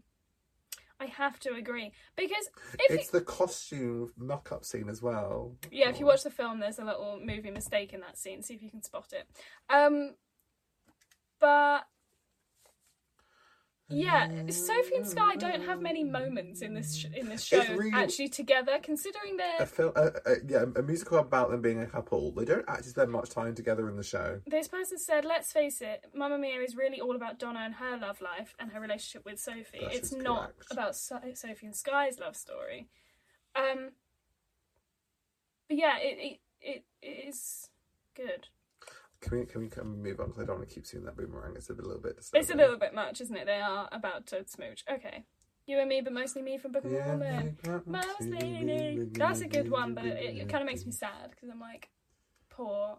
I have to agree because if it's the costume mock-up scene as well. you, yeah, if you watch the film, there's a little movie mistake in that scene. See if you can spot it. Um, but yeah, Sophie and Sky don't have many moments in this sh- in this show It's really- actually together, considering a they're film, uh, uh, yeah, a musical about them being a couple. They don't actually spend much time together in the show. This person said, let's face it, Mamma Mia is really all about Donna and her love life and her relationship with Sophie. That it's is not correct. about so- Sophie and Sky's love story. Um, but yeah, it, it, it is good. Can we can we can we move on? Because I don't want to keep seeing that boomerang. It's a little bit. It's a disturbing. little bit much, isn't it? They are about to smooch. Okay. You and me, but mostly me from Book of Yeah, Mormon. like, Mostly me. That's a good one, but it, it kind of makes me sad because I'm like, poor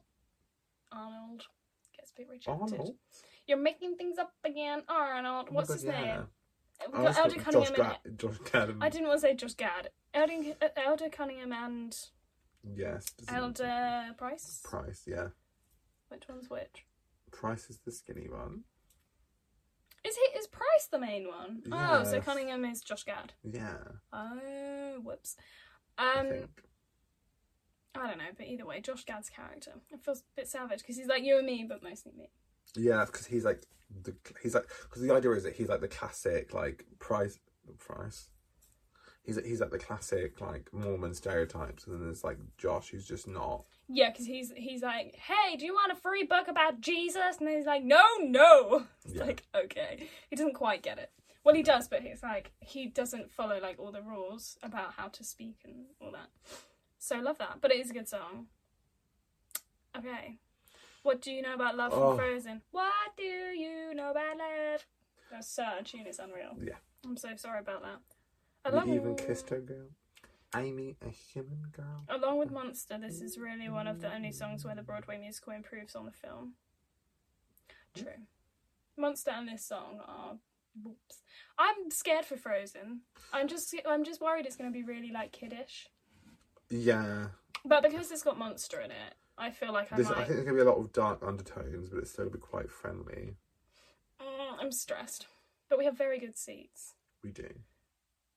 Arnold gets a bit rejected. Arnold. You're making things up again, Arnold. Oh my What's God, his yeah. name? We've Oh, got that's Elder good. Cunningham. Josh, and- Gad- Josh Gadden. I didn't want to say Josh Gad. Elder, uh, Elder Cunningham and Yes. doesn't it? Elder Price. Price. Yeah. Which one's which? Price is the skinny one. Is he is Price the main one? Oh, so Yes. Cunningham is Josh Gad. Yeah. Oh, whoops. I Um, think. I don't know, but either way, Josh Gad's character it feels a bit savage because he's like you and me, but mostly me. Yeah, because he's like the he's like because the idea is that he's like the classic like Price Price. He's he's like the classic like Mormon stereotypes, and then there's like Josh who's just not. Yeah, because he's he's like, hey, do you want a free book about Jesus? And then he's like, no, no. It's Yeah. like okay, he doesn't quite get it. Well, he does, but it's like he doesn't follow like all the rules about how to speak and all that. So I love that, but it is a good song. Okay, what do you know about love Oh. from Frozen? What do you know about love? That's such a tune. It's unreal. Yeah. I'm so sorry about that. Along We even with- kissed her girl. Amy, a human girl. Along with Monster, this is really one of the only songs where the Broadway musical improves on the film. True. Monster and this song are. Whoops. I'm scared for Frozen. I'm just I'm just worried it's going to be really like kiddish. Yeah. But because it's got Monster in it, I feel like I There's, might. I think there's gonna be a lot of dark undertones, but it's still gonna be quite friendly. Mm, I'm stressed. But we have very good seats. We do.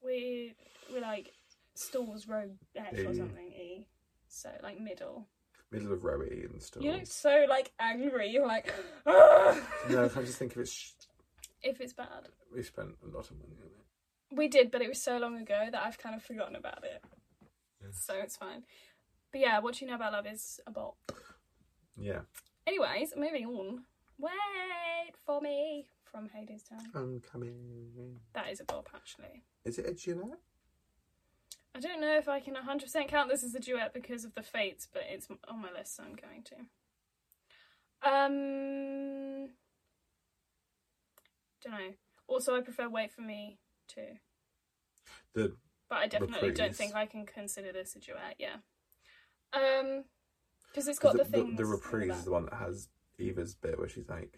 We we're like stalls row F or E. something E, so like middle. Middle of rowy and stuff. You look so like angry. You're like, "Ugh." No, I just think if it's if it's bad. we spent a lot of money on it. We did, but it was so long ago that I've kind of forgotten about it. So it's fine. But yeah, what you know about love is a bop. Yeah. Anyways, moving on. Wait for me from Hades Town. I'm coming. That is a bop, actually. Is it a duet? I don't know if I can 100% count this as a duet because of the fates, but it's m- on my list, so I'm going to. Um, don't know. Also, I prefer Wait for Me too, The but I definitely don't Reprise. think I can consider this a duet. Yeah. Um, because it's got the, the, things. the in reprise back. is the one that has Eva's bit where she's like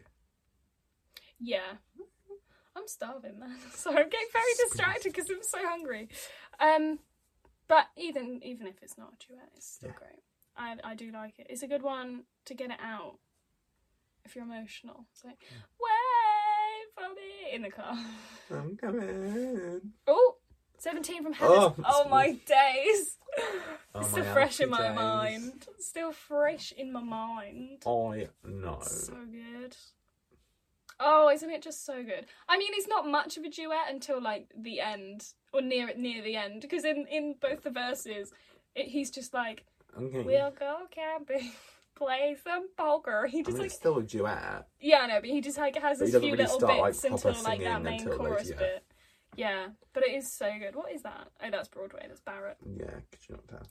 Yeah. I'm starving, man. Sorry, I'm getting very distracted because I'm so hungry. Um, but even even if it's not a duet, it's still Yeah. great. I I do like it. It's a good one to get it out if you're emotional. It's like Mm. wait for me in the car. I'm coming. Oh, 17 from Heather. Oh, Oh, my days. it's my still fresh in happy my days. mind. Still fresh in my mind. I know. So good. Oh, isn't it just so good? I mean, it's not much of a duet until like the end or near near the end because in in both the verses, it, he's just like, Okay. "We'll go camping, play some poker." He I just mean, like, it's still a duet. yeah, I know, but he just like has But he his few doesn't really little start, like, bits proper until like that singing main until, like, chorus yeah. bit. Yeah, but it is so good. What is that? Oh, that's Broadway. That's Barrett. Yeah, could you not tell?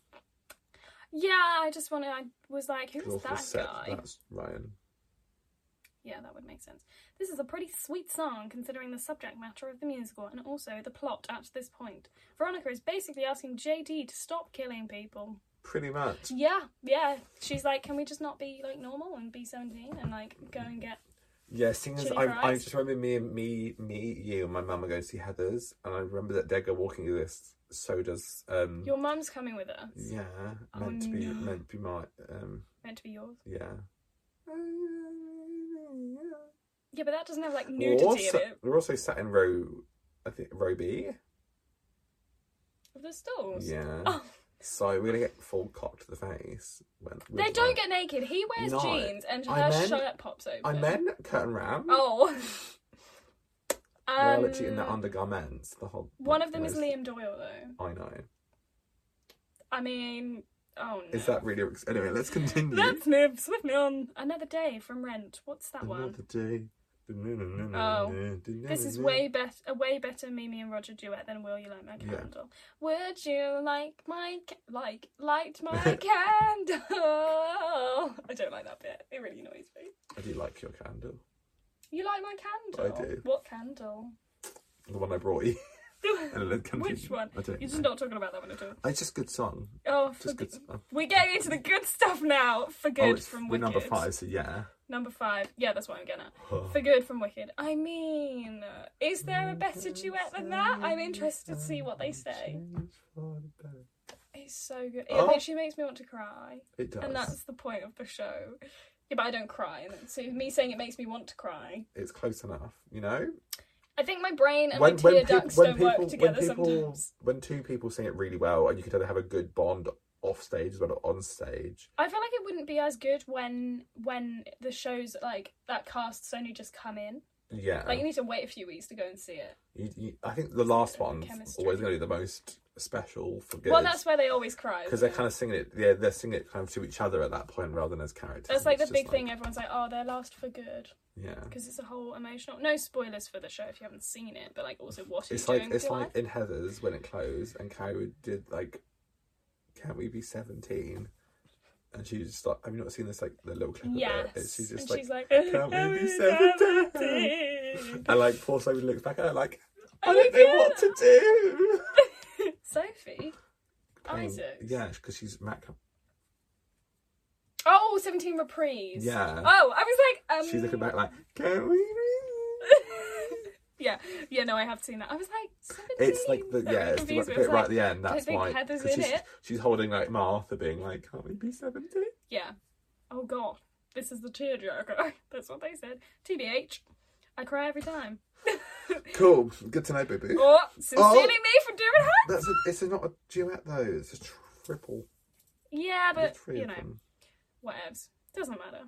Yeah, I just want to. I was like, Because who's the that set, guy? That's Ryan. Yeah, that would make sense. This is a pretty sweet song considering the subject matter of the musical and also the plot at this point. Veronica is basically asking JD to stop killing people. Pretty much. Yeah, yeah. She's like, can we just not be like normal and be 17 and like go and get. Yeah, seeing as Chili I, I fries. just remember me and me me you and my mum were going to see Heather's, and I remember that Degger walking through this. So does um Your mum's coming with us. yeah Oh, meant to be no. meant to be my um Meant to be yours. yeah. Yeah, but that doesn't have like We're nudity also, in it. we're also sat in row I think row B Of the stalls. yeah. Oh, So we're gonna get full cocked to the face. When, they when- don't get naked. He wears No. jeans and her I meant- shirt pops open. I meant curtain round. Oh. They're um, literally in their undergarments. The whole one of them is most- Liam Doyle, though. I know. I mean, oh no. Is that really anyway? Let's continue. Let's move swiftly on. Another day from Rent. What's that Another one? day Oh. This is way better, a way better Mimi and Roger duet than "Will You Light My Yeah. Candle." Would you like my ca- like light my candle? I don't like that bit. It really annoys me. I do like your candle. You like my candle? do. What candle? The one I brought you. And then continue. Which one? I don't You're just know. not talking about that one at all. It's just good song. Oh, for Just good g- song. we're getting into the good stuff now. For Oh, good it's from we're Wicked. number five, so yeah. Number five. Yeah, that's what I'm getting at. Oh. For good from Wicked. I mean, is there a better duet than that? I'm interested to see what they say. It's so good. It Oh. literally makes me want to cry, It does. and that's the point of the show. Yeah, but I don't cry, and so me saying it makes me want to cry. It's close enough, you know. I think my brain and my tear peop- ducts don't work together sometimes. when two people sing it really well, and you can tell they have a good bond off stage as well as on stage. I feel like it wouldn't be as good when when the shows like that casts only just come in. Yeah, Like you need to wait a few weeks to go and see it. you, you, I think the last the one's chemistry. always going to be the most special for good. Well, that's where they always cry. because isn't they're kind of singing it. Yeah, they're singing it kind of to each other at that point rather than as characters. it? that's and like the it's just big thing. Everyone's like, "Oh, they're last for good," Yeah, because it's a whole emotional. No spoilers for the show if you haven't seen it, but like also what are it's you like doing with it's your like life? in Heather's when it closed, and Carrie did like, "Can we be 17? And she's just like, "Have you not seen this like the little clip?" Yes, of it? It's- She's just and like, she's like, "Can't we be 17?" And like poor Sophie looks back at her like, I don't know what to do. Sophie. Isaacs? Yeah, because she's Mac. Um, Oh, 17 reprise. Yeah. Oh, I was like, um. she's looking back like, can we? be-" yeah, yeah, no, I have seen that. I was like, 17. It's like the That yeah, really it's the confused me. I bit was right like, at the end. That's think why Heather's 'cause in she's, it. she's holding like Martha, being like, "Can't we be 17? Yeah. Oh god, this is the tearjerker. That's what they said. TBH. I cry every time. Cool. Good to know, boo boo. oh, sincerely me for doing that. That's a, it's a, not a duet though. It's a triple. Yeah, but There's three you of know, them. whatevs. Doesn't matter.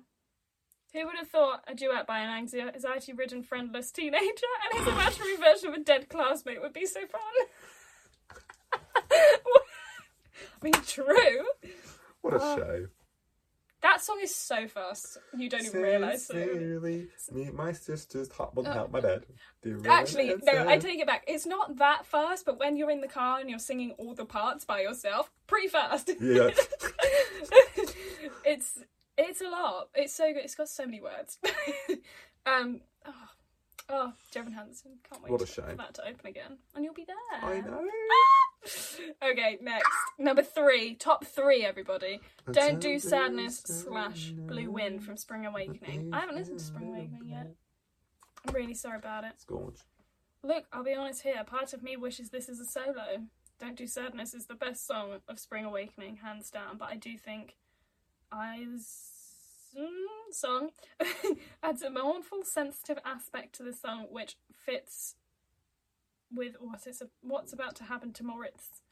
Who would have thought a duet by an anxiety-ridden, friendless teenager and his imaginary version of a dead classmate would be so fun? I mean, true. What a Oh, show. That song is so fast, you don't even realise it. Uh, Sincerely, me, my sister's heart wouldn't help my dad. Do you Actually, really no, I understand? take it back. It's not that fast, but when you're in the car and you're singing all the parts by yourself, pretty fast. Yeah. it's it's a lot. It's so good. It's got so many words. um, oh, oh, Jevon Hansen, can't wait What a for shame. that to open again, and you'll be there. I know. Okay, next number three, top three, everybody. Don't do sadness slash blue wind from Spring Awakening. I haven't listened to Spring Awakening yet. I'm really sorry about it. It's gorgeous. Look, I'll be honest here. Part of me wishes this is a solo. Don't Do Sadness is the best song of Spring Awakening, hands down. But I do think I's mm, song adds a mournful, sensitive aspect to the song, which fits with what it's what's about to happen to Moritz.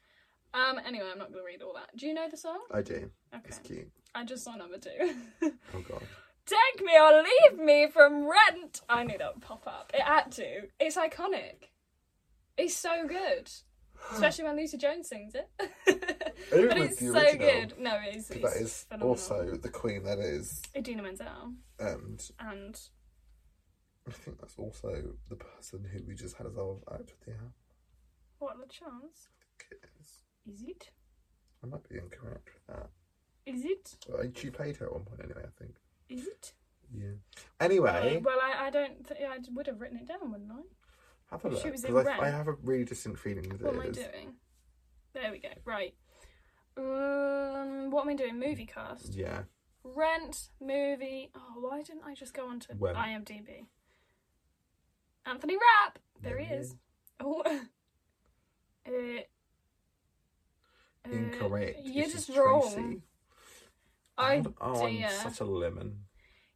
Um. Anyway, I'm not going to read all that. Do you know the song? I do. It's Okay. cute. I just saw number two. Oh god. Take me or leave me from rent. I knew that would pop up. It had to. It's iconic. It's so good. Especially when Lucy Jones sings it. it but was it's the so original, good. No, it is. That It's is phenomenal. also the queen. That is, Idina Menzel. and And I think that's also the person who we just had as our act of the hour. what a chance. Is it? I might be incorrect with that. Is it? Well, and she played her at one point anyway. I think. Is it? Yeah. Anyway, Uh, well, I, I don't. Th- I would have written it down, wouldn't I? have a she look. was 'cause in Rent. I, I have a really distinct feeling that What am I it is. doing? There we go. Right. Um, what am I doing? Movie cast. Yeah. Rent movie. Oh, why didn't I just go onto When? IMDb? Anthony Rapp. There he There he is. Oh. Uh, uh, Incorrect. You're This is just wrong. Tracy. I oh, dear. I'm such a lemon.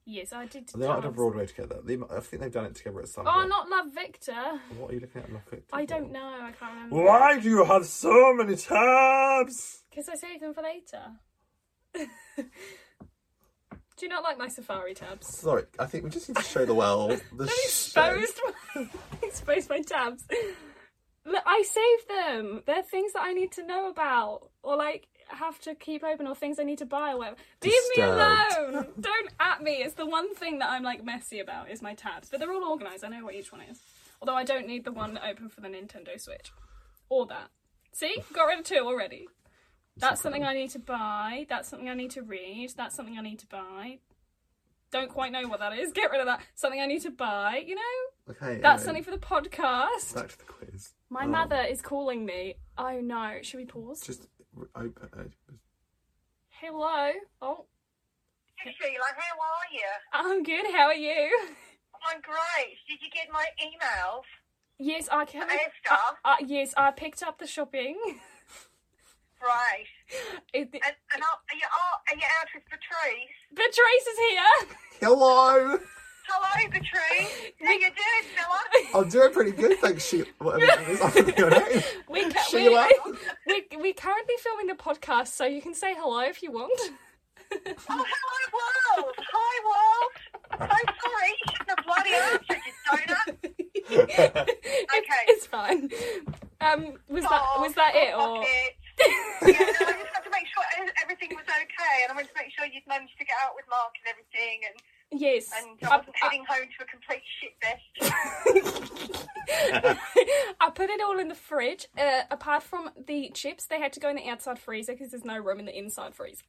yes, I did. They're out of dance. Broadway together. They, I think they've done it together at some Oh, point. not Love Victor. What are you looking at? Love Victor? I don't know. I can't remember. Why do you have so many tabs? Because I saved them for later. Do you not like my Safari tabs? Sorry, I think we just need to show the world the Don't show. expose my, expose my tabs. Look, I saved them. They're things that I need to know about, or like have to keep open or things I need to buy or whatever. Leave Disturbed. me alone. Don't at me. It's the one thing that I'm like messy about is my tabs, but they're all organised. I know what each one is. Although I don't need the one open for the Nintendo Switch or that. See, got rid of two already. That's something I need to buy. That's something I need to read. That's something I need to buy. Don't quite know what that is. Get rid of that. Something I need to buy. You know, Okay. that's something anyway, for the podcast. Back to the quiz. Oh, My mother is calling me. Oh no, should we pause? Just r- open. uh, open. Hello. Oh, Sheila, how are you? I'm good. How are you? I'm great. Did you get my emails? Yes, I can. Hey, Star. Uh, yes, I picked up the shopping. Right. It, the, And, and are, are, you, are, are you out with Patrice? Patrice is here. Hello. Hello, Patrice. How you doing, fella? I'm doing pretty good, thanks, Sheila. Whatever it is, I forget your name. We ca- we, Sheila. we, we're currently filming the podcast, so you can say hello if you want. Oh, hello, world. Hi, world. I'm sorry. You shouldn't have bloody answered, you donut. It's- it's fine. Um, was that was that it or? Oh, It. yeah, no, I just had to make sure e-, everything was okay, and I wanted to make sure you'd managed to get out with Mark and everything, and, Yes. and I I, wasn't I- heading home to a complete shit fest. I put it all in the fridge. Uh, apart from the chips, they had to go in the outside freezer because there's no room in the inside freezer.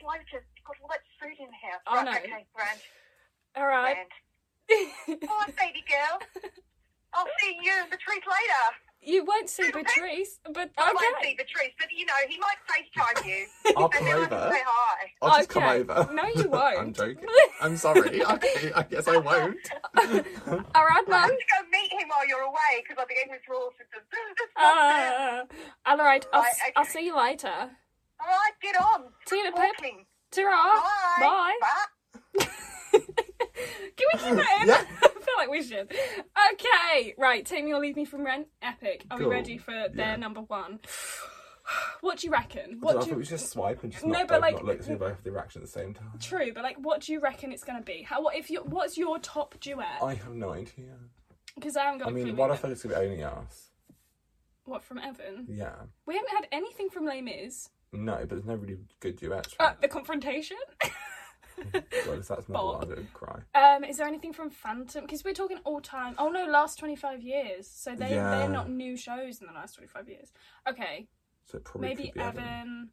Bloated. Got all that food in the house. I right, know. Okay, grand. All right. grand. All right, baby girl. I'll see you and Patrice later. you won't see Patrice, but I won't see okay. Patrice, but you know, he might FaceTime you. I'll come and then I over. can say hi. I'll just come Okay. over. No, you I'm won't. joking. I'm sorry. Okay, I guess I won't. All right, I Mum. have to go meet him while you're away because I'll be getting his rules with the. Uh, all right. I'll, Right, I'll okay. see you later. All right, get on. See you in a pip. Keep talking. Ta-ra. Bye. Bye. Can we do that? in? Yeah. I feel like we should. Okay, right. Take me or leave me from Rent. Epic. Are Cool. we ready for Yeah. their number one? What do you reckon? So What I do thought we you... should just swipe and just No, not, but, both- like- not look through both of the reaction at the same time. True, but like, what do you reckon it's gonna be? How? What if you? What's your top duet? I have no idea. Because I haven't got. I a mean, clue what I either. thought it's going to be only us. What from Evan? Yeah. We haven't had anything from Les Mis. No, but there's no really good duets. Uh, the confrontation. well, if that's not what Bob. I would cry. um, is there anything from Phantom? Because we're talking all time. Oh no, last twenty five years. So they Yeah. they're not new shows in the last twenty five years. Okay, So it probably maybe could be Evan. Evan.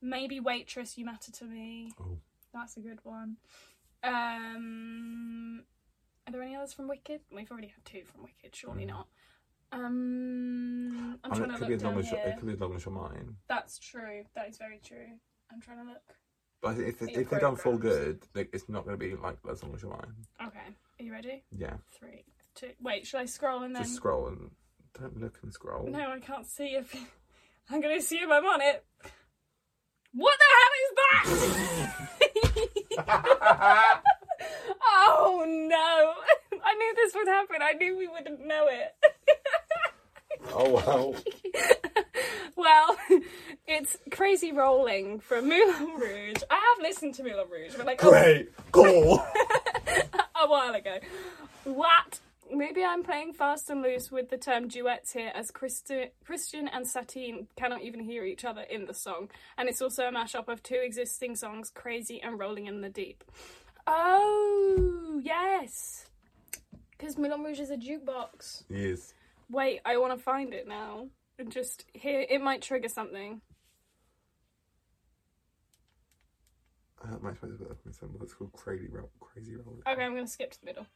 Maybe waitress. You matter to me. Oh. That's a good one. Um, are there any others from Wicked? We've already had two from Wicked. Surely not. Um, I'm Mm. I mean, trying it to could look be as long down as your, here. it could be as long as your mine. That's true. That is very true. I'm trying to look. But I think if, Eight if they don't feel programmes. good, like, it's not going to be like as long as your mine. Okay. Are you ready? Yeah. Three, two. Wait, should I scroll and then? Just scroll and don't look and scroll. No, I can't see if I'm going to assume I'm on it. What the hell is that? oh no! I knew this would happen. I knew we wouldn't know it. Oh wow. well, it's Crazy Rolling from Moulin Rouge. I have listened to Moulin Rouge, but like oh, a, Great. Cool. a while ago. What? Maybe I'm playing fast and loose with the term duets here, as Christi- Christian and Satine cannot even hear each other in the song, and it's also a mashup of two existing songs, "Crazy" and "Rolling in the Deep." Oh yes, because Moulin Rouge is a jukebox. yes. Wait, I want to find it now. And Just here, it might trigger something. Uh, my choice is what's called crazy roll. Crazy roll. Okay, I'm gonna skip to the middle.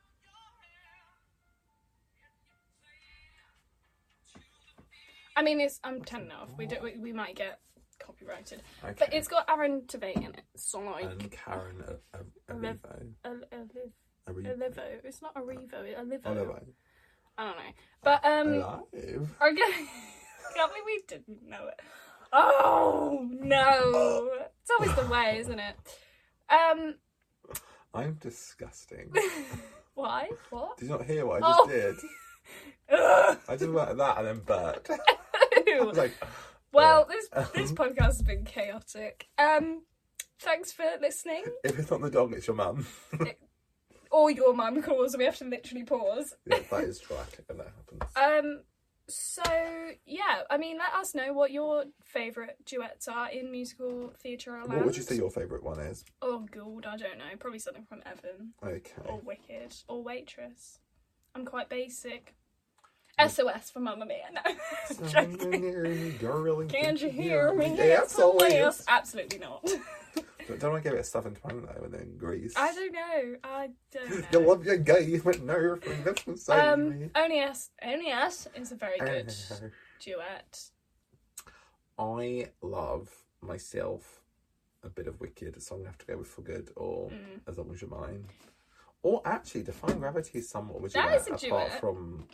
I mean, it's I'm ten now. If we do, we, we might get copyrighted, Okay. but it's got Aaron Tveit in it. So and like, Karen uh, uh, Rev- Arivo. Oli- Oli- Arivo. Olivo. It's not a Revo. It's Olivo. Olivo. I don't know. But um, Alive. Okay. Can't believe we didn't know it. Oh no! It's always the way, isn't it? Um, I'm disgusting. why? What? Did you not hear what I just Oh. did? Ugh. I did like that and then burped. I was like, well, this this podcast has been chaotic. Um, thanks for listening. if it's not the dog, it's your mum. Or your mum calls. We have to literally pause. yeah, that is traumatic when that happens. Um, So yeah, I mean, let us know what your favourite duets are in musical theatre. or What would you land. say your favourite one is? Oh, Gould, I don't know. Probably something from Evan or Okay. Wicked or Waitress. I'm quite basic. SOS for Mamma Mia. No, I'm joking. Darling, Can you hear me? Yes, always. Yes, Absolutely not. But don't I give it a southern twang though, and then Greece. I don't know. I don't You know. love your gay, you went no from this and say Um, me. Only Us, Only Us is a very good duet. I love myself a bit of wicked, so I'm gonna have to go with for good or Mm. as long as you're mine. Or actually, define gravity is somewhat of a That duet, is a apart duet. from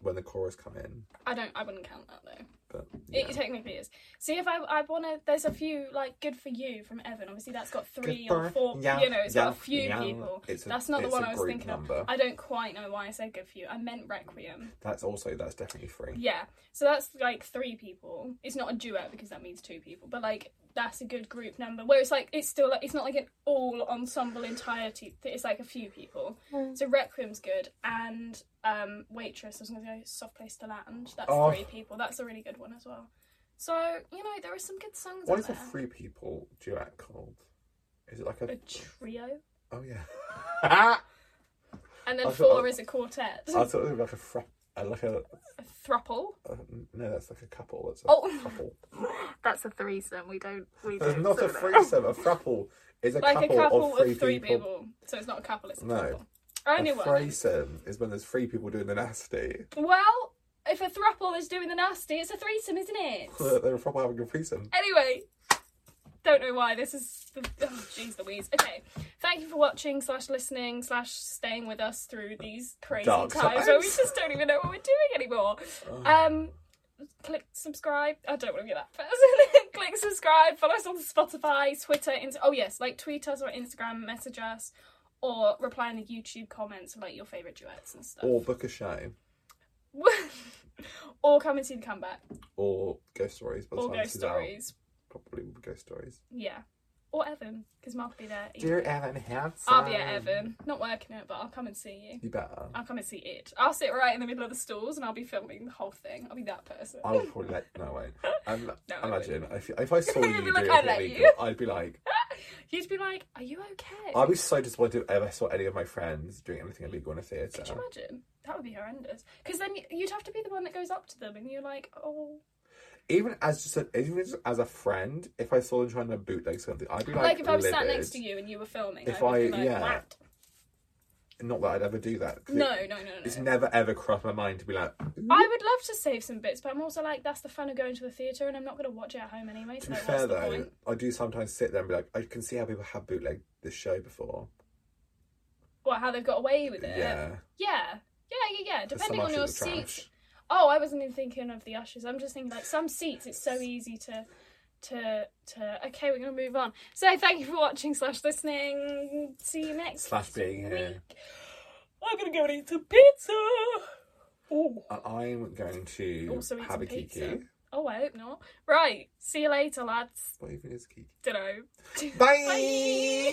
when the chorus come in. I don't. I wouldn't count that though. But It technically is. See if I I want to. There's a few like good for you from Evan. Obviously that's got three or Goodbye. four. Yeah, you know, it's got a yeah, few yeah. people. It's a- that's not the it's one a I was group thinking of. number. I don't quite know why I said good for you. I meant requiem. that's also that's definitely free. Yeah. So that's like three people. It's not a duet because that means two people. But like that's a good group number. Where it's like it's still like it's not like an all ensemble entirety. th- It's like a few people. So requiem's good and um waitress. I was gonna go soft place to land. That's Oh. three people. That's a really good one as well. So you know there are some good songs. What out is a there. three people duet called? Is it like a? a trio, oh yeah. and then I thought- four is a quartet, I thought it was like a fra- uh, like a a thruple. uh, no, that's like a couple. That's a Oh. couple. That's a threesome. We don't. We It's not a threesome. A thruple is a, Like a couple, couple of three, people. people. So it's not a couple. It's a No. couple. I knew A one. threesome is when there's three people doing the nasty. Well, if a thruple is doing the nasty, it's a threesome, isn't it? They're probably having a threesome. anyway, don't know why this is. The, oh, jeez, Louise. Okay, thank you for watching slash listening slash staying with us through these crazy Dark times, where we times. just don't even know what we're doing anymore. Um, click subscribe. I don't want to be that person. click subscribe. Follow us on Spotify, Twitter. Inst- oh yes, like tweet us or Instagram, message us, or reply in the YouTube comments of, like your favorite duets and stuff. Or book a show. or come and see the comeback. Or ghost stories. By the Or time ghost this is out, stories. probably will be ghost stories. Yeah. Or Evan, because Mark will be there. either. Dear Evan Hansen. I'll be at Evan. Not working it, but I'll come and see you. You better. I'll come and see it. I'll sit right in the middle of the stalls and I'll be filming the whole thing. I'll be that person. I would probably like no I won't. Um, No, I imagine if, if I saw you You'd be do like, it "I let illegal, you." I'd be like, You'd be like, Are you okay? I'd be so disappointed if I ever saw any of my friends doing anything illegal in a theatre. Could you imagine? That would be horrendous. Because then y- you'd have to be the one that goes up to them and you're like, Oh. even as just a, even just as a friend, if I saw them trying to bootleg something, I'd be like, Like, if I was sat livid. next to you and you were filming, If I would be I- like, yeah. "What?" Not that I'd ever do that. 'cause it- No, no, no, no. it's never ever crossed my mind to be like. I would love to save some bits, but I'm also like, that's the fun of going to the theatre, and I'm not going to watch it at home anyway. To So be like, fair what's the though, point? I do sometimes sit there and be like, I can see how people have bootlegged this show before. What, how they've got away with it? Yeah, yeah, yeah, yeah. yeah. 'cause Depending some on your ushers are seats. trash. Oh, I wasn't even thinking of the ushers. I'm just thinking like some seats. It's so easy to, to, to. Okay, we're gonna move on. So thank you for watching slash listening. See you next Slash being here, week. I'm gonna go and eat some pizza. Oh, and I'm going to Also eat have some a kiki. pizza. oh, I hope not. Right. See you later, lads. What even is kiki? Dunno. Bye.